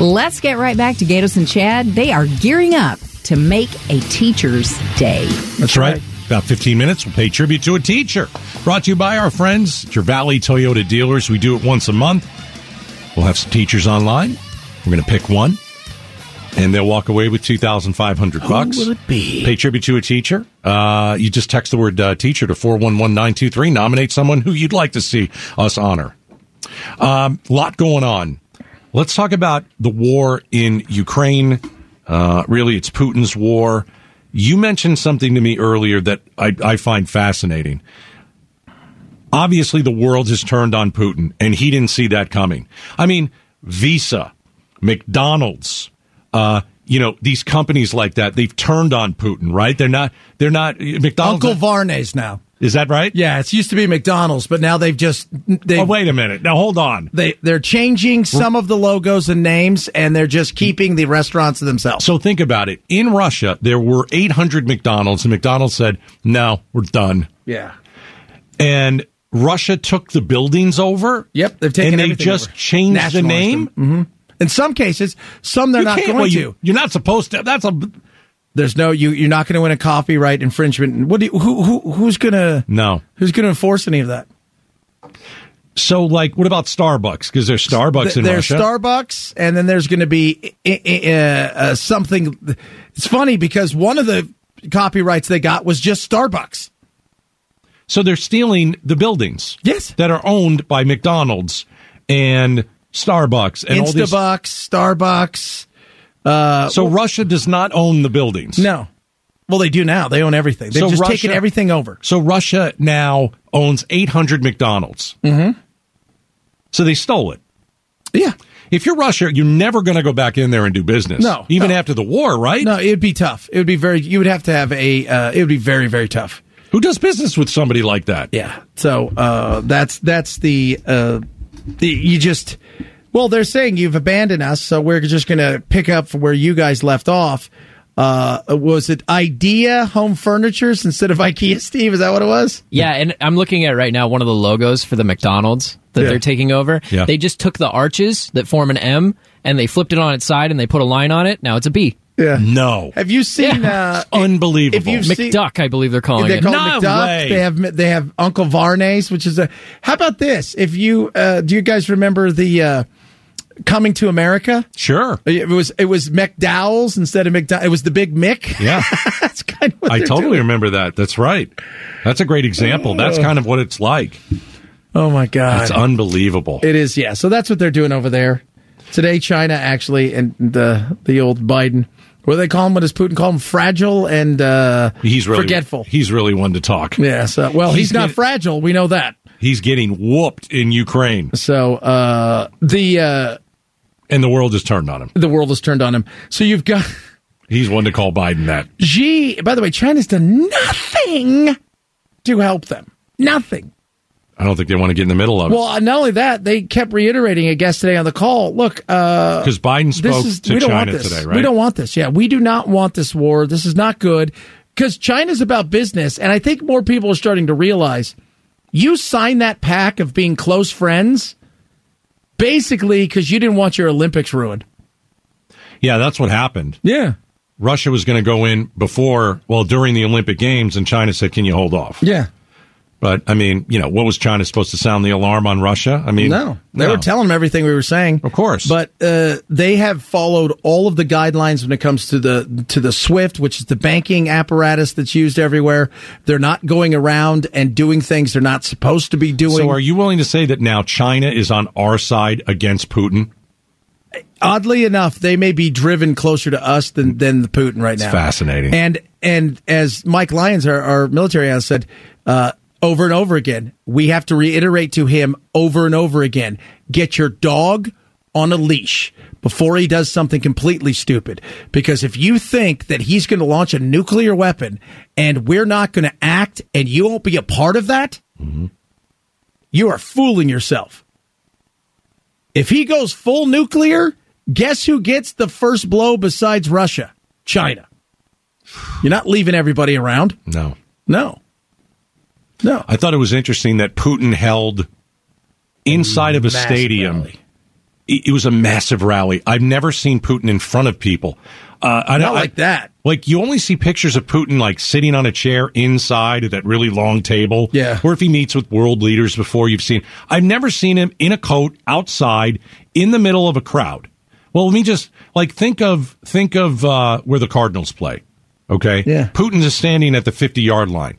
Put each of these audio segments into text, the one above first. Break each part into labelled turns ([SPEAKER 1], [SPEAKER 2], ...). [SPEAKER 1] Let's get right back to Gatos and Chad. They are gearing up to make a teacher's day.
[SPEAKER 2] That's right. About 15 minutes, we'll pay tribute to a teacher. Brought to you by our friends at your Valley Toyota dealers. We do it once a month. We'll have some teachers online. We're going to pick one, and they'll walk away with 2500 bucks.
[SPEAKER 3] will it be?
[SPEAKER 2] Pay tribute to a teacher. Uh, you just text the word uh, teacher to 411923. Nominate someone who you'd like to see us honor. Um, lot going on. Let's talk about the war in Ukraine. Uh, really, it's Putin's war. You mentioned something to me earlier that I, I find fascinating. Obviously, the world has turned on Putin, and he didn't see that coming. I mean, Visa, McDonald's, uh, you know, these companies like that, they've turned on Putin, right? They're not, they're not, McDonald's.
[SPEAKER 3] Uncle Varney's now.
[SPEAKER 2] is that right?
[SPEAKER 3] Yeah, it used to be McDonald's, but now they've just they
[SPEAKER 2] Oh, wait a minute. Now, hold on.
[SPEAKER 3] they they're changing some of the logos and names, and they're just keeping the restaurants to themselves.
[SPEAKER 2] So think about it. In Russia, there were 800 McDonald's, and McDonald's said, no, we're done.
[SPEAKER 3] yeah,
[SPEAKER 2] And Russia took the buildings over.
[SPEAKER 3] Yep, they've taken
[SPEAKER 2] And they
[SPEAKER 3] everything
[SPEAKER 2] just
[SPEAKER 3] over.
[SPEAKER 2] changed the
[SPEAKER 3] Nationalized Mm-hmm.
[SPEAKER 2] name.
[SPEAKER 3] in some cases, some they're
[SPEAKER 2] You
[SPEAKER 3] not
[SPEAKER 2] can't-
[SPEAKER 3] going
[SPEAKER 2] well,
[SPEAKER 3] to.
[SPEAKER 2] you- You're not supposed to. That's a
[SPEAKER 3] There's no you. You're not going to win a copyright infringement. And What do you, who who who's going to
[SPEAKER 2] no.
[SPEAKER 3] who's going to enforce any of that?
[SPEAKER 2] So, like, what about Starbucks? Because there's Starbucks in
[SPEAKER 3] there's
[SPEAKER 2] Russia.
[SPEAKER 3] Starbucks, and then there's going to be uh, uh, uh, something. It's funny because one of the copyrights they got was just Starbucks.
[SPEAKER 2] so they're stealing the buildings.
[SPEAKER 3] Yes.
[SPEAKER 2] That are owned by McDonald's and Starbucks and all these.
[SPEAKER 3] Instabucks, Starbucks.
[SPEAKER 2] so Russia does not own the buildings.
[SPEAKER 3] No. Well, they do now. They own everything. They've
[SPEAKER 2] So
[SPEAKER 3] just
[SPEAKER 2] Russia-
[SPEAKER 3] taken everything over.
[SPEAKER 2] So Russia now owns 800 McDonald's. Mm-hmm. So they stole it.
[SPEAKER 3] Yeah.
[SPEAKER 2] If you're Russia, you're never going to go back in there and do business.
[SPEAKER 3] No,
[SPEAKER 2] Even
[SPEAKER 3] no.
[SPEAKER 2] after the war, right?
[SPEAKER 3] No, it'd be tough. It would be very. You would have to have a. Uh, it would be very very tough.
[SPEAKER 2] Who does business with somebody like that?
[SPEAKER 3] Yeah. So uh, that's that's the, uh, the you just well they're saying you've abandoned us, so we're just going to pick up from where you guys left off. Uh, was it Idea Home Furnitures instead of IKEA? Steve, is that what it was?
[SPEAKER 4] Yeah, and I'm looking at right now one of the logos for the McDonald's that
[SPEAKER 3] Yeah.
[SPEAKER 4] they're taking over.
[SPEAKER 2] Yeah.
[SPEAKER 4] They just took the arches that form an M and they flipped it on its side and they put a line on it. Now it's a B.
[SPEAKER 3] Yeah.
[SPEAKER 2] No.
[SPEAKER 3] Have you seen?
[SPEAKER 2] It's
[SPEAKER 3] Uh,
[SPEAKER 2] Mm. unbelievable.
[SPEAKER 3] if you've seen-
[SPEAKER 4] McDuck, I believe they're calling
[SPEAKER 3] They
[SPEAKER 4] it.
[SPEAKER 3] call
[SPEAKER 2] No
[SPEAKER 3] it McDuck.
[SPEAKER 2] way.
[SPEAKER 3] They have they have Uncle Varney's, which is a. How about this? If you uh, do, you guys remember the uh, Coming to America?
[SPEAKER 2] sure.
[SPEAKER 3] It was it was McDowell's instead of McDowell. It was the Big Mick.
[SPEAKER 2] Yeah.
[SPEAKER 3] That's kind of what
[SPEAKER 2] I
[SPEAKER 3] they're
[SPEAKER 2] totally
[SPEAKER 3] doing.
[SPEAKER 2] remember that. That's right. That's a great example. That's kind of what it's like.
[SPEAKER 3] Oh my god,
[SPEAKER 2] It's unbelievable.
[SPEAKER 3] it is. Yeah, so that's what they're doing over there today. China actually, and the the old Biden. What do they call him? What does Putin call him? Fragile and uh,
[SPEAKER 2] he's really
[SPEAKER 3] forgetful.
[SPEAKER 2] He's really one to talk.
[SPEAKER 3] yeah. So well,
[SPEAKER 2] He's
[SPEAKER 3] he's, not
[SPEAKER 2] gonna-
[SPEAKER 3] fragile. We know that.
[SPEAKER 2] He's getting whooped in Ukraine,
[SPEAKER 3] So uh, the uh,
[SPEAKER 2] and the world has turned on him.
[SPEAKER 3] the world has turned on him. So you've got
[SPEAKER 2] He's one to call Biden that.
[SPEAKER 3] Xi. By the way, China's done nothing to help them. Nothing.
[SPEAKER 2] I don't think they want to get in the middle of it.
[SPEAKER 3] Well, not only that, they kept reiterating it yesterday on the call. Look, uh,
[SPEAKER 2] Because Biden spoke
[SPEAKER 3] this is
[SPEAKER 2] Oh, to
[SPEAKER 3] we don't
[SPEAKER 2] China
[SPEAKER 3] want this.
[SPEAKER 2] today, right?
[SPEAKER 3] We don't want this. Yeah, we do not want this war. This is not good because China's about business, and I think more people are starting to realize you signed that pact of being close friends basically because you didn't want your Olympics ruined.
[SPEAKER 2] yeah, that's what happened.
[SPEAKER 3] Yeah,
[SPEAKER 2] Russia was going to go in before, well, during the Olympic Games, and China said, "Can you hold off?"
[SPEAKER 3] yeah.
[SPEAKER 2] But I mean, you know, what was China supposed to sound the alarm on Russia? I mean,
[SPEAKER 3] No, they were telling them everything we were saying,
[SPEAKER 2] Of course.
[SPEAKER 3] But uh, they have followed all of the guidelines when it comes to the to the SWIFT, which is the banking apparatus that's used everywhere. They're not going around and doing things they're not supposed to be doing.
[SPEAKER 2] So, are you willing to say that now China is on our side against Putin?
[SPEAKER 3] Oddly enough, they may be driven closer to us than than the Putin right now.
[SPEAKER 2] fascinating.
[SPEAKER 3] And and as Mike Lyons, our, our military analyst, said uh, over and over again, we have to reiterate to him over and over again: get your dog on a leash before he does something completely stupid. Because if you think that he's going to launch a nuclear weapon and we're not going to act, and you won't be a part of that, you are fooling yourself. If he goes full nuclear, guess who gets the first blow besides Russia? China. You're not leaving everybody around.
[SPEAKER 2] No,
[SPEAKER 3] No. No.
[SPEAKER 2] I thought it was interesting that Putin held inside of a
[SPEAKER 3] Mass
[SPEAKER 2] stadium
[SPEAKER 3] rally.
[SPEAKER 2] it it was a massive rally. I've never seen Putin in front of people. Uh, I know-
[SPEAKER 3] Not like
[SPEAKER 2] I-
[SPEAKER 3] that.
[SPEAKER 2] Like you only see pictures of Putin like sitting on a chair inside at that really long table.
[SPEAKER 3] Yeah.
[SPEAKER 2] Or if he meets with world leaders before you've seen. I've never seen him in a coat outside in the middle of a crowd. Well, let me just like think of think of uh, where the Cardinals play. Okay.
[SPEAKER 3] Yeah.
[SPEAKER 2] Putin's is standing at the fifty yard line.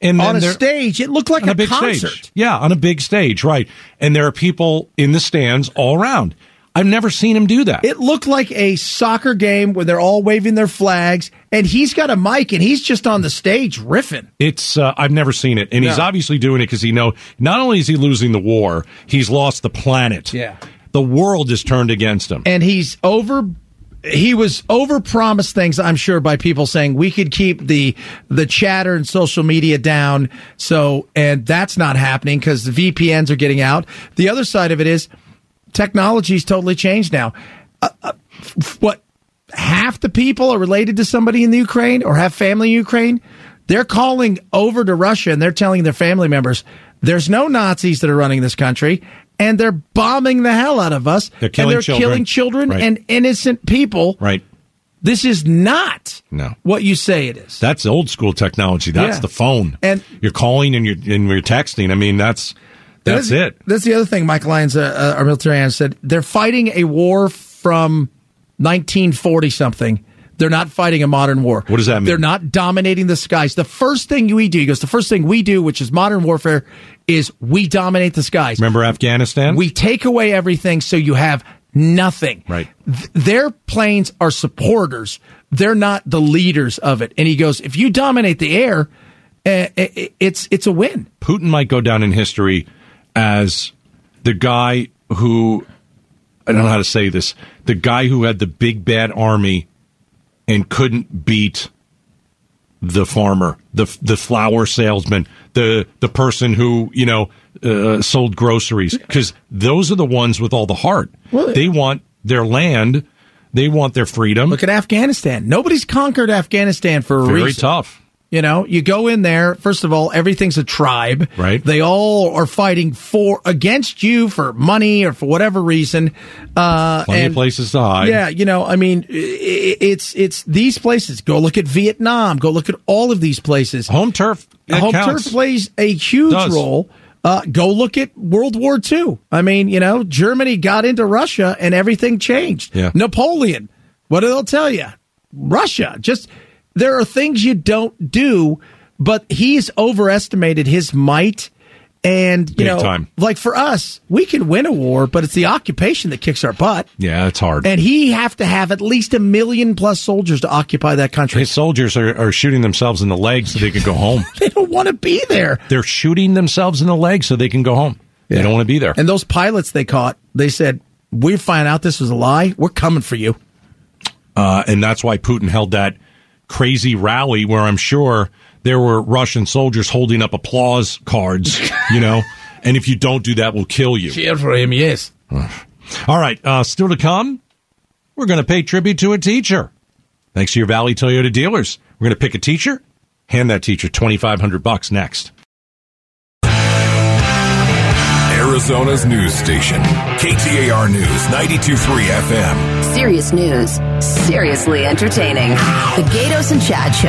[SPEAKER 2] And
[SPEAKER 3] on
[SPEAKER 2] then
[SPEAKER 3] a
[SPEAKER 2] there-
[SPEAKER 3] stage. It looked like
[SPEAKER 2] on
[SPEAKER 3] a,
[SPEAKER 2] a big
[SPEAKER 3] concert.
[SPEAKER 2] stage. Yeah, on a big stage, right. And there are people in the stands all around. I've never seen him do that.
[SPEAKER 3] It looked like a soccer game when they're all waving their flags, and he's got a mic and he's just on the stage riffing.
[SPEAKER 2] it's uh, I've never seen it, and he's
[SPEAKER 3] No.
[SPEAKER 2] obviously doing it because he know not only is he losing the war, he's lost the planet.
[SPEAKER 3] Yeah.
[SPEAKER 2] the world is turned against him.
[SPEAKER 3] And he's over. He was over promised things, I'm sure, by people saying we could keep the the chatter and social media down. So, and that's not happening because the VPNs are getting out. The other side of it is technology's totally changed now. Uh, uh, f- f- what half the people are related to somebody in the Ukraine or have family in Ukraine, they're calling over to Russia and they're telling their family members, there's no Nazis that are running this country. And they're bombing the hell out of us.
[SPEAKER 2] They're killing
[SPEAKER 3] and they're
[SPEAKER 2] children.
[SPEAKER 3] killing children
[SPEAKER 2] Right.
[SPEAKER 3] and innocent people.
[SPEAKER 2] right,
[SPEAKER 3] This is not
[SPEAKER 2] No.
[SPEAKER 3] what you say it is.
[SPEAKER 2] that's old school technology. That's
[SPEAKER 3] Yeah.
[SPEAKER 2] the phone,
[SPEAKER 3] And-
[SPEAKER 2] you're calling and you're and you're texting. I mean, that's that's
[SPEAKER 3] That's-
[SPEAKER 2] it.
[SPEAKER 3] That's the other thing. Mike Lyons, uh, uh, our military analyst, said they're fighting a war from 1940 something. They're not fighting a modern war.
[SPEAKER 2] What does that mean?
[SPEAKER 3] They're not dominating the skies. The first thing we do, he goes, the first thing we do, which is modern warfare, is we dominate the skies.
[SPEAKER 2] Remember Afghanistan?
[SPEAKER 3] We take away everything so you have nothing.
[SPEAKER 2] Right.
[SPEAKER 3] Th- their planes are supporters. They're not the leaders of it. And he goes, if you dominate the air, uh, it, it's it's a win.
[SPEAKER 2] Putin might go down in history as the guy who I don't know how to say this, the guy who had the big bad army and couldn't beat the farmer, the the flower salesman, the the person who you know uh, sold groceries, because those are the ones with all the heart.
[SPEAKER 3] Well,
[SPEAKER 2] they want their land, they want their freedom.
[SPEAKER 3] Look at Afghanistan. Nobody's conquered Afghanistan for a
[SPEAKER 2] Very
[SPEAKER 3] reason.
[SPEAKER 2] tough.
[SPEAKER 3] You know, you go in there. First of all, everything's a tribe.
[SPEAKER 2] Right.
[SPEAKER 3] They all are fighting for against you for money or for whatever reason. Uh,
[SPEAKER 2] Plenty
[SPEAKER 3] and-
[SPEAKER 2] of places to hide.
[SPEAKER 3] Yeah, you know, I mean, i- i- it's it's these places. Go look at Vietnam. Go look at all of these places.
[SPEAKER 2] home turf. it
[SPEAKER 3] Home
[SPEAKER 2] counts.
[SPEAKER 3] turf plays a huge
[SPEAKER 2] Does.
[SPEAKER 3] role. Uh, go look at World War II. I mean, you know, Germany got into Russia and everything changed.
[SPEAKER 2] Yeah.
[SPEAKER 3] Napoleon, what do they'll tell you? Russia. Just there are things you don't do, but he's overestimated his might. And you
[SPEAKER 2] Big
[SPEAKER 3] know,
[SPEAKER 2] time.
[SPEAKER 3] like for us, we can win a war, but it's the occupation that kicks our butt.
[SPEAKER 2] Yeah, it's hard.
[SPEAKER 3] And he have to have at least a million plus soldiers to occupy that country.
[SPEAKER 2] His soldiers are, are shooting themselves in the leg so they can go home.
[SPEAKER 3] They don't want to be there.
[SPEAKER 2] They're shooting themselves in the leg so they can go home. They don't want to be there.
[SPEAKER 3] And those pilots they caught, they said, "We find out this was a lie. We're coming for you."
[SPEAKER 2] Uh, and that's why Putin held that crazy rally where I'm sure there were Russian soldiers holding up applause cards, you know? And if you don't do that, we'll kill you.
[SPEAKER 3] Cheer for him, yes.
[SPEAKER 2] All right, uh, still to come, we're going to pay tribute to a teacher. Thanks to your Valley Toyota dealers. We're going to pick a teacher, hand that teacher 2500 bucks next.
[SPEAKER 5] Arizona's news station. KTAR News 923 FM.
[SPEAKER 6] Serious news, seriously entertaining. The Gatos and Chad Show.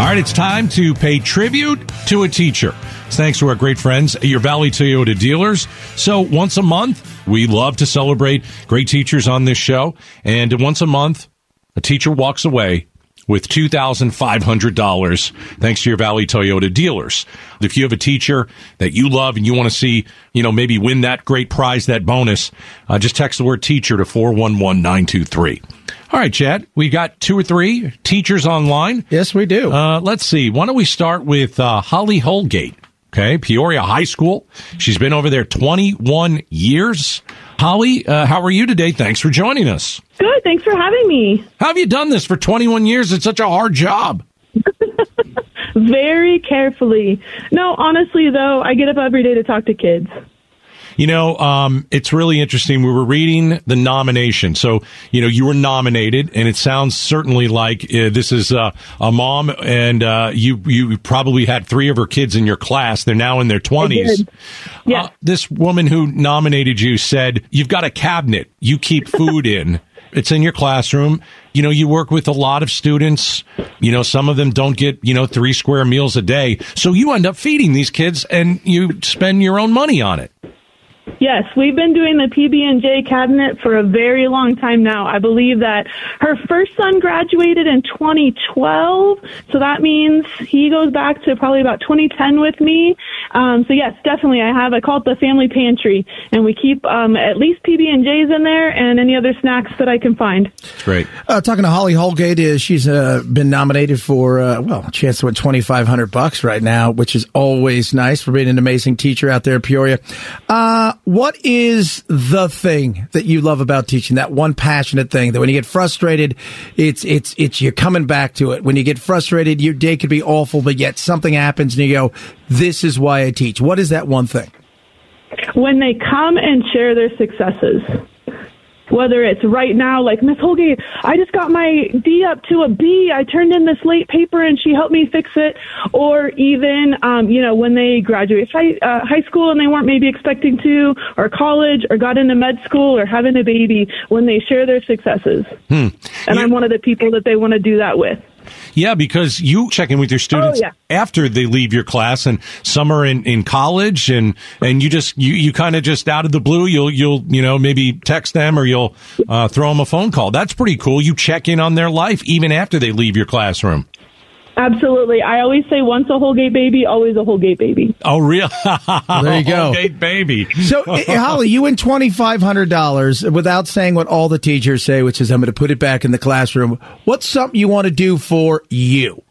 [SPEAKER 2] All right, it's time to pay tribute to a teacher. It's thanks to our great friends, at your Valley Toyota dealers. So once a month, we love to celebrate great teachers on this show. And once a month, a teacher walks away with $2,500 thanks to your Valley Toyota dealers. If you have a teacher that you love and you want to see, you know, maybe win that great prize, that bonus, uh, just text the word teacher to 411923. All right, Chad, we got two or three teachers online.
[SPEAKER 3] Yes, we do.
[SPEAKER 2] Uh, let's see. Why don't we start with uh, Holly Holgate? Okay, Peoria High School. She's been over there 21 years. Holly, uh, how are you today? Thanks for joining us.
[SPEAKER 7] Good. Thanks for having me.
[SPEAKER 2] How have you done this for 21 years? It's such a hard job.
[SPEAKER 7] Very carefully. No, honestly, though, I get up every day to talk to kids.
[SPEAKER 2] You know, um, it's really interesting. We were reading the nomination. So, you know, you were nominated, and it sounds certainly like uh, this is uh, a mom, and uh, you you probably had three of her kids in your class. They're now in their twenties. Uh,
[SPEAKER 7] did. Yes.
[SPEAKER 2] this woman who nominated you said, "You've got a cabinet. You keep food in." It's in your classroom. You know, you work with a lot of students. You know, some of them don't get, you know, three square meals a day. So you end up feeding these kids and you spend your own money on it.
[SPEAKER 7] Yes, we've been doing the PB&J cabinet for a very long time now. I believe that her first son graduated in 2012, so that means he goes back to probably about 2010 with me. Um, so yes, definitely, I have. I call it the family pantry, and we keep um, at least PB&Js in there and any other snacks that I can find.
[SPEAKER 2] It's great.
[SPEAKER 3] Uh, talking to Holly Holgate, is she's uh, been nominated for uh, well, she has what twenty five hundred bucks right now, which is always nice for being an amazing teacher out there in Peoria. Uh, what is the thing that you love about teaching? That one passionate thing that when you get frustrated, it's it's it's you're coming back to it. When you get frustrated, your day could be awful, but yet something happens and you go, "This is why I teach." What is that one thing?
[SPEAKER 7] when they come and share their successes. Whether it's right now, like Miss Holgate, I just got my D up to a B. I turned in this late paper and she helped me fix it. Or even, um, you know, when they graduate high, uh, high school and they weren't maybe expecting to, or college, or got into med school, or having a baby, when they share their successes. And I'm one of the people that they want to do that with.
[SPEAKER 2] Yeah, because you check in with your students
[SPEAKER 7] Oh, yeah.
[SPEAKER 2] after they leave your class, and some are in, in college, and and you just you, you kind of just out of the blue, you'll you'll you know maybe text them or you'll uh, throw them a phone call. That's pretty cool. You check in on their life even after they leave your classroom.
[SPEAKER 7] Absolutely. I always say once a Holgate baby, always a Holgate baby.
[SPEAKER 2] Oh, real?
[SPEAKER 3] There you go.
[SPEAKER 2] Okay, baby.
[SPEAKER 3] So, eh, Holly, you win twenty five hundred dollars without saying what all the teachers say, which is I'm going to put it back in the classroom. What's something you want to do for you?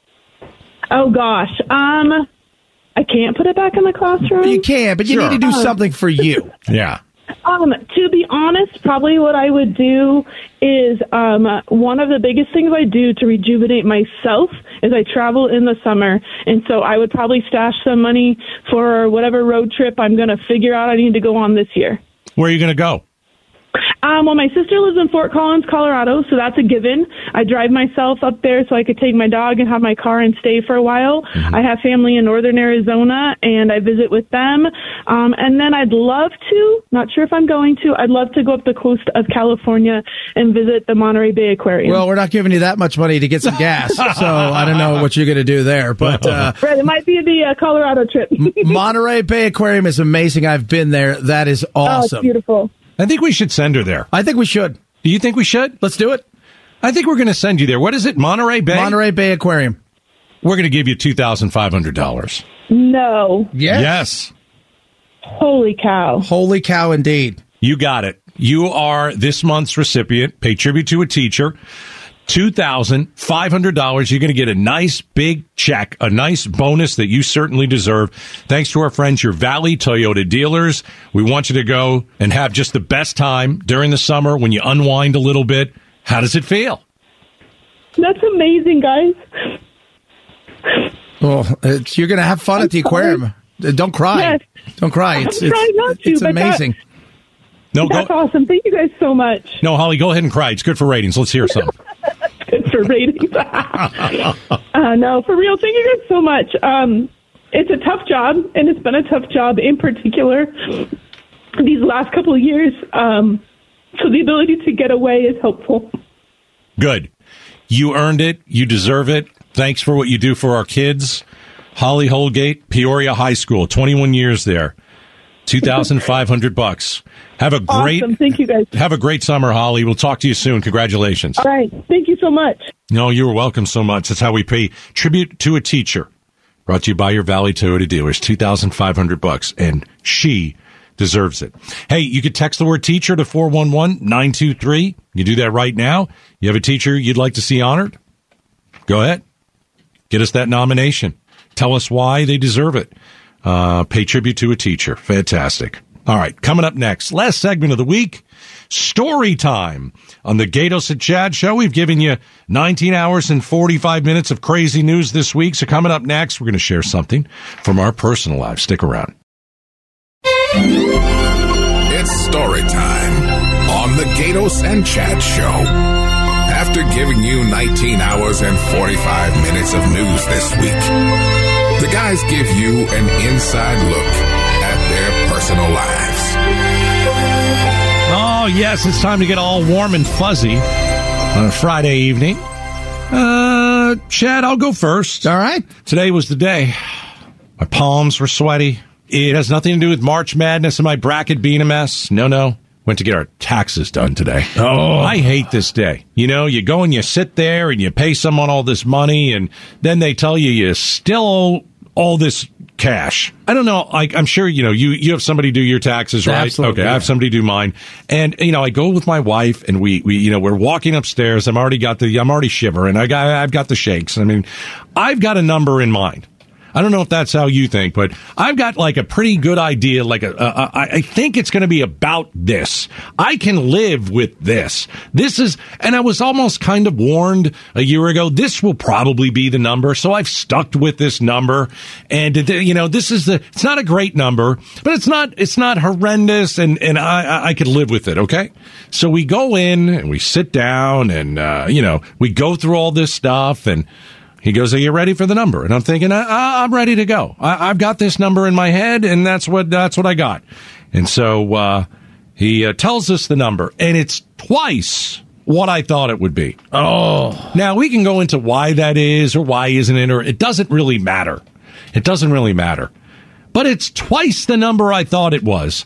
[SPEAKER 7] Oh gosh. Um, I can't put it back in the classroom.
[SPEAKER 3] You can, but you need to do something for you.
[SPEAKER 2] Yeah.
[SPEAKER 7] Um, to be honest, probably what I would do is um, one of the biggest things I do to rejuvenate myself is I travel in the summer, and so I would probably stash some money for whatever road trip I'm going to figure out I need to go on this year.
[SPEAKER 2] Where are you going to go?
[SPEAKER 7] Um, well, my sister lives in Fort Collins, Colorado, so that's a given. I drive myself up there so I could take my dog and have my car and stay for a while.
[SPEAKER 3] Mm-hmm.
[SPEAKER 7] I have family in northern Arizona, and I visit with them. Um, and then I'd love to, not sure if I'm going to, I'd love to go up the coast of California and visit the Monterey Bay Aquarium.
[SPEAKER 3] Well, we're not giving you that much money to get some gas, so I don't know what you're going to do there. But uh,
[SPEAKER 7] right, it might be the uh, Colorado trip. Oh,
[SPEAKER 3] Monterey Bay Aquarium is amazing. I've been there. That is
[SPEAKER 7] oh, it's
[SPEAKER 3] awesome.
[SPEAKER 7] beautiful.
[SPEAKER 2] I think we should send her there.
[SPEAKER 3] I think we should.
[SPEAKER 2] Do you think we should?
[SPEAKER 3] Let's do it.
[SPEAKER 2] I think we're going to send you there. What is it, Monterey Bay?
[SPEAKER 3] Monterey Bay Aquarium.
[SPEAKER 2] We're going to give you two thousand five hundred dollars.
[SPEAKER 7] No.
[SPEAKER 2] yes.
[SPEAKER 7] Holy cow.
[SPEAKER 3] Holy cow, indeed.
[SPEAKER 2] You got it. You are this month's recipient. Pay tribute to a teacher. $2,500. You're going to get a nice big check, a nice bonus that you certainly deserve. Thanks to our friends, your Valley Toyota dealers. We want you to go and have just the best time during the summer when you unwind a little bit. How does it feel?
[SPEAKER 7] That's amazing, guys.
[SPEAKER 3] Well, Oh, it's, you're going to have fun at the aquarium. Uh, Don't cry.
[SPEAKER 7] Yes.
[SPEAKER 3] Don't cry.
[SPEAKER 7] I'm
[SPEAKER 3] It's it's,
[SPEAKER 7] trying not to,
[SPEAKER 3] it's
[SPEAKER 7] but that-
[SPEAKER 3] amazing.
[SPEAKER 2] No,
[SPEAKER 7] That's
[SPEAKER 2] go,
[SPEAKER 7] awesome. Thank you guys so much.
[SPEAKER 2] no, Holly, go ahead and cry. It's good for ratings. Let's hear some.
[SPEAKER 7] good for ratings. uh, no, for real. Thank you guys so much. Um, it's a tough job, and it's been a tough job in particular these last couple of years. Um, so the ability to get away is helpful.
[SPEAKER 2] Good. You earned it. You deserve it. Thanks for what you do for our kids. Holly Holgate, Peoria High School, 21 years there. 2500 bucks. Have a great
[SPEAKER 7] Awesome. Thank you guys.
[SPEAKER 2] Have a great summer, Holly. We'll talk to you soon. Congratulations.
[SPEAKER 7] All right. Thank you so much.
[SPEAKER 2] No, you're welcome so much. That's how we pay tribute to a teacher. Brought to you by your Valley Toyota dealers, 2500 bucks and she deserves it. Hey, you could text the word teacher to 411-923. You do that right now. You have a teacher you'd like to see honored? Go ahead. Get us that nomination. Tell us why they deserve it. Uh, pay tribute to a teacher. Fantastic. All right. Coming up next, last segment of the week, story time on the Gatos and Chad show. We've given you 19 hours and 45 minutes of crazy news this week. So coming up next, we're going to share something from our personal lives. Stick around.
[SPEAKER 5] story time on the Gatos and Chad Show. After giving you 19 hours and 45 minutes of news this week, the guys give you an inside look at their personal lives.
[SPEAKER 2] Oh, yes, it's time to get all warm and fuzzy on a Friday evening. Uh, Chad, I'll go first.
[SPEAKER 3] All right.
[SPEAKER 2] Today was the day. My palms were sweaty. It has nothing to do with March Madness and my bracket being a mess. No, no. Went to get our taxes done today. Oh. I hate this day. You know, you go and you sit there and you pay someone all this money and then they tell you you still owe all this cash. I don't know. Like, I'm sure, you know, you, you have somebody do your taxes, right?
[SPEAKER 3] Absolutely,
[SPEAKER 2] Okay. I
[SPEAKER 3] yeah.
[SPEAKER 2] have somebody do mine. And, you know, I go with my wife and we, we, you know, we're walking upstairs. I'm already got the, I'm already shivering. I got, I've got the shakes. I mean, I've got a number in mind. I don't know if that's how you think, but I've got like a pretty good idea. Like, a, a, a, I I think it's going to be about this. I can live with this. This is, and I was almost kind of warned a year ago. This will probably be the number, so I've stuck with this number. And uh, you know, this is the. It's not a great number, but it's not. It's not horrendous, and and I I- I could live with it. Okay, so we go in and we sit down, and uh, you know, we go through all this stuff and. He goes, "Are you ready for the number?" And I'm thinking, I- I- "I'm ready to go. I- I've got this number in my head, and that's what that's what I got." And so uh, he uh, tells us the number, and it's twice what I thought it would be. Oh, now we can go into why that is, or why isn't it, or it doesn't really matter. It doesn't really matter but it's twice the number I thought it was.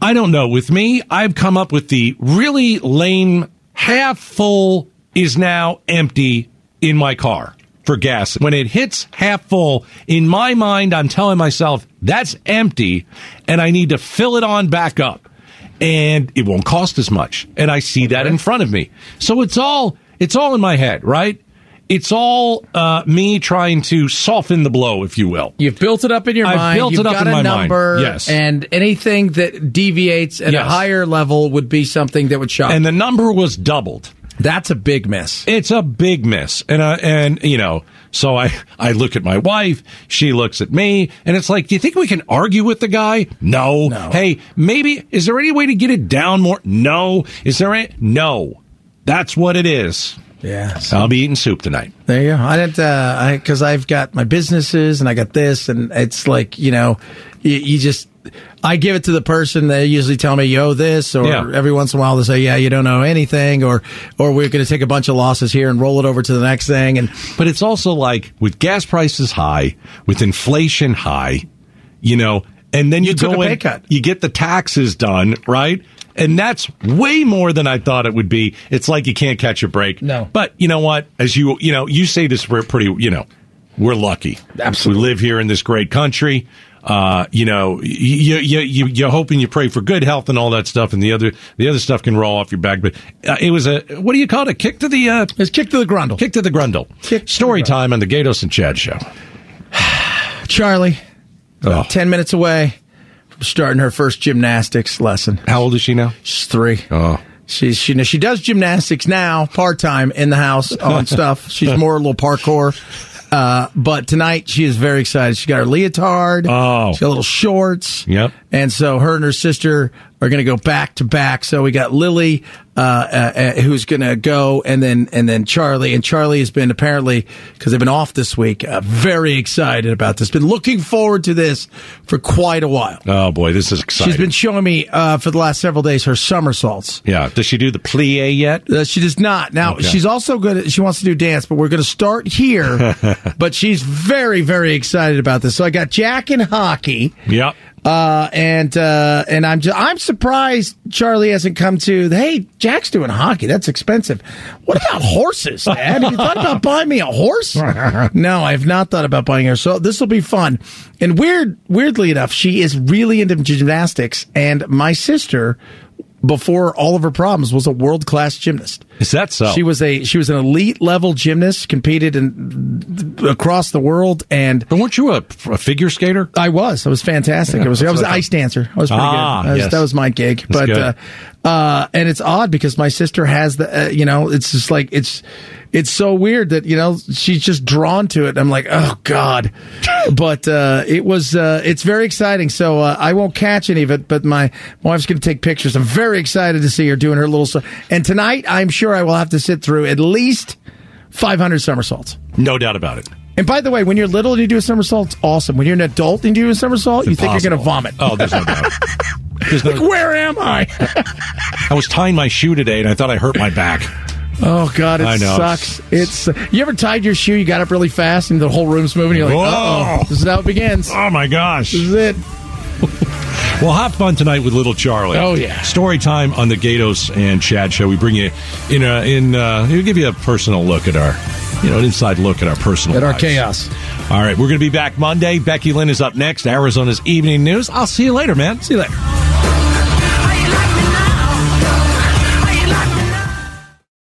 [SPEAKER 2] I don't know. With me, I've come up with the really lame half full is now empty in my car for gas. When it hits half full, in my mind, I'm telling myself that's empty and I need to fill it on back up and it won't cost as much. And I see that in front of me. So it's all, it's all in my head, right? It's all uh, me trying to soften the blow, if you will.
[SPEAKER 3] You've built it up in your
[SPEAKER 2] I've
[SPEAKER 3] mind.
[SPEAKER 2] built it
[SPEAKER 3] You've
[SPEAKER 2] up
[SPEAKER 3] got
[SPEAKER 2] in
[SPEAKER 3] a
[SPEAKER 2] my mind.
[SPEAKER 3] number.
[SPEAKER 2] Yes.
[SPEAKER 3] And anything that deviates at
[SPEAKER 2] Yes.
[SPEAKER 3] a higher level would be something that would shock.
[SPEAKER 2] and the number was doubled.
[SPEAKER 3] that's a big miss.
[SPEAKER 2] It's a big miss, and uh, and you know, so I I look at my wife, she looks at me, and it's like, do you think we can argue with the guy? No. Hey, maybe is there any way to get it down more? No. Is there any? No. That's what it is.
[SPEAKER 3] Yeah. So
[SPEAKER 2] I'll be eating soup tonight.
[SPEAKER 3] there you go. I didn't, uh, I, cause I've got my businesses and I got this and it's like, you know, you, you just, I give it to the person. They usually tell me, you owe this or
[SPEAKER 2] Yeah.
[SPEAKER 3] every once in a while they say, yeah, you don't owe anything or, or we're going to take a bunch of losses here and roll it over to the next thing. And
[SPEAKER 2] But it's also like with gas prices high, with inflation high, you know, and then you,
[SPEAKER 3] You took
[SPEAKER 2] go
[SPEAKER 3] a
[SPEAKER 2] in,
[SPEAKER 3] pay cut.
[SPEAKER 2] you get the taxes done, right? And that's way more than I thought it would be. It's like you can't catch a break.
[SPEAKER 3] No.
[SPEAKER 2] But you know what? As you you know, you say this we're pretty you know, we're lucky. Absolutely. We live here in this great country. Uh, you know, you you you you hope and you pray for good health and all that stuff, and the other the other stuff can roll off your back. But uh, it was a what do you call it? A kick to the uh,
[SPEAKER 3] it's kick to the grundle.
[SPEAKER 2] Kick to the grundle.
[SPEAKER 3] Kick to
[SPEAKER 2] Story
[SPEAKER 3] the grundle.
[SPEAKER 2] time on the Gatos and Chad show.
[SPEAKER 3] Charlie,
[SPEAKER 2] Oh.
[SPEAKER 3] 10 minutes away from starting her first gymnastics lesson.
[SPEAKER 2] How old is she now?
[SPEAKER 3] She's three.
[SPEAKER 2] Oh.
[SPEAKER 3] She's she she does gymnastics now part time in the house on stuff. She's more a little parkour. Uh, but tonight she is very excited. She got her leotard.
[SPEAKER 2] Oh.
[SPEAKER 3] she got little shorts.
[SPEAKER 2] Yep.
[SPEAKER 3] And so her and her sister are going to go back to back. So we got Lily, uh, uh, uh, who's going to go, and then and then Charlie. And Charlie has been apparently because they've been off this week, uh, very excited about this. Been looking forward to this for quite a while.
[SPEAKER 2] Oh boy, this is exciting.
[SPEAKER 3] She's been showing me uh, for the last several days her somersaults.
[SPEAKER 2] yeah. Does she do the plie yet?
[SPEAKER 3] Uh, she does not. Now
[SPEAKER 2] Okay.
[SPEAKER 3] she's also good. At, she wants to do dance, but we're going to start here. but she's very, very excited about this. So I got Jack in hockey,
[SPEAKER 2] Yep.
[SPEAKER 3] uh, and uh, and I'm just, I'm surprised Charlie hasn't come to. the, Hey, Jack's doing hockey. That's expensive. What about horses, Dad? Have you thought about buying me a horse? no, I have not thought about buying her. So this will be fun. And weird, weirdly enough, she is really into gymnastics, and my sister. Before all of her problems, was a world class gymnast.
[SPEAKER 2] Is that so?
[SPEAKER 3] She was a she was an elite level gymnast, competed in across the world, and
[SPEAKER 2] But weren't you a, a figure skater?
[SPEAKER 3] I was I was fantastic. I was I was an ice dancer. I was pretty
[SPEAKER 2] Ah,
[SPEAKER 3] good. I was-
[SPEAKER 2] yes.
[SPEAKER 3] That was my gig.
[SPEAKER 2] That's
[SPEAKER 3] but
[SPEAKER 2] good.
[SPEAKER 3] uh, Uh, and it's odd because my sister has the, uh, you know, it's just like it's, it's so weird that you know she's just drawn to it. I'm like, oh god, but uh, it was, uh, it's very exciting. So uh, I won't catch any of it, but my, my wife's going to take pictures. I'm very excited to see her doing her little. So- and tonight, I'm sure I will have to sit through at least 500 somersaults.
[SPEAKER 2] No doubt about it.
[SPEAKER 3] And by the way, when you're little and you do a somersault, it's awesome. When you're an adult and you do a somersault, you think you're going to vomit.
[SPEAKER 2] Oh, there's no doubt. There's no-
[SPEAKER 3] Where am I?
[SPEAKER 2] I was tying my shoe today, and I thought I hurt my back.
[SPEAKER 3] Oh God, it
[SPEAKER 2] I know.
[SPEAKER 3] sucks. It's uh, you ever tied your shoe? You got up really fast, and the whole room's moving. You're like,
[SPEAKER 2] Whoa.
[SPEAKER 3] oh, this is how it begins.
[SPEAKER 2] Oh my gosh!
[SPEAKER 3] This is it.
[SPEAKER 2] Well, have fun tonight with little Charlie.
[SPEAKER 3] Oh, yeah.
[SPEAKER 2] Story time on the Gatos and Chad show. We bring you in. A, in uh, we'll give you a personal look at our, you know, an inside look at our personal
[SPEAKER 3] At our
[SPEAKER 2] lives.
[SPEAKER 3] chaos.
[SPEAKER 2] All right, we're going to be back Monday. Becky Lynn is up next. Arizona's evening news. I'll see you later, man. See you later.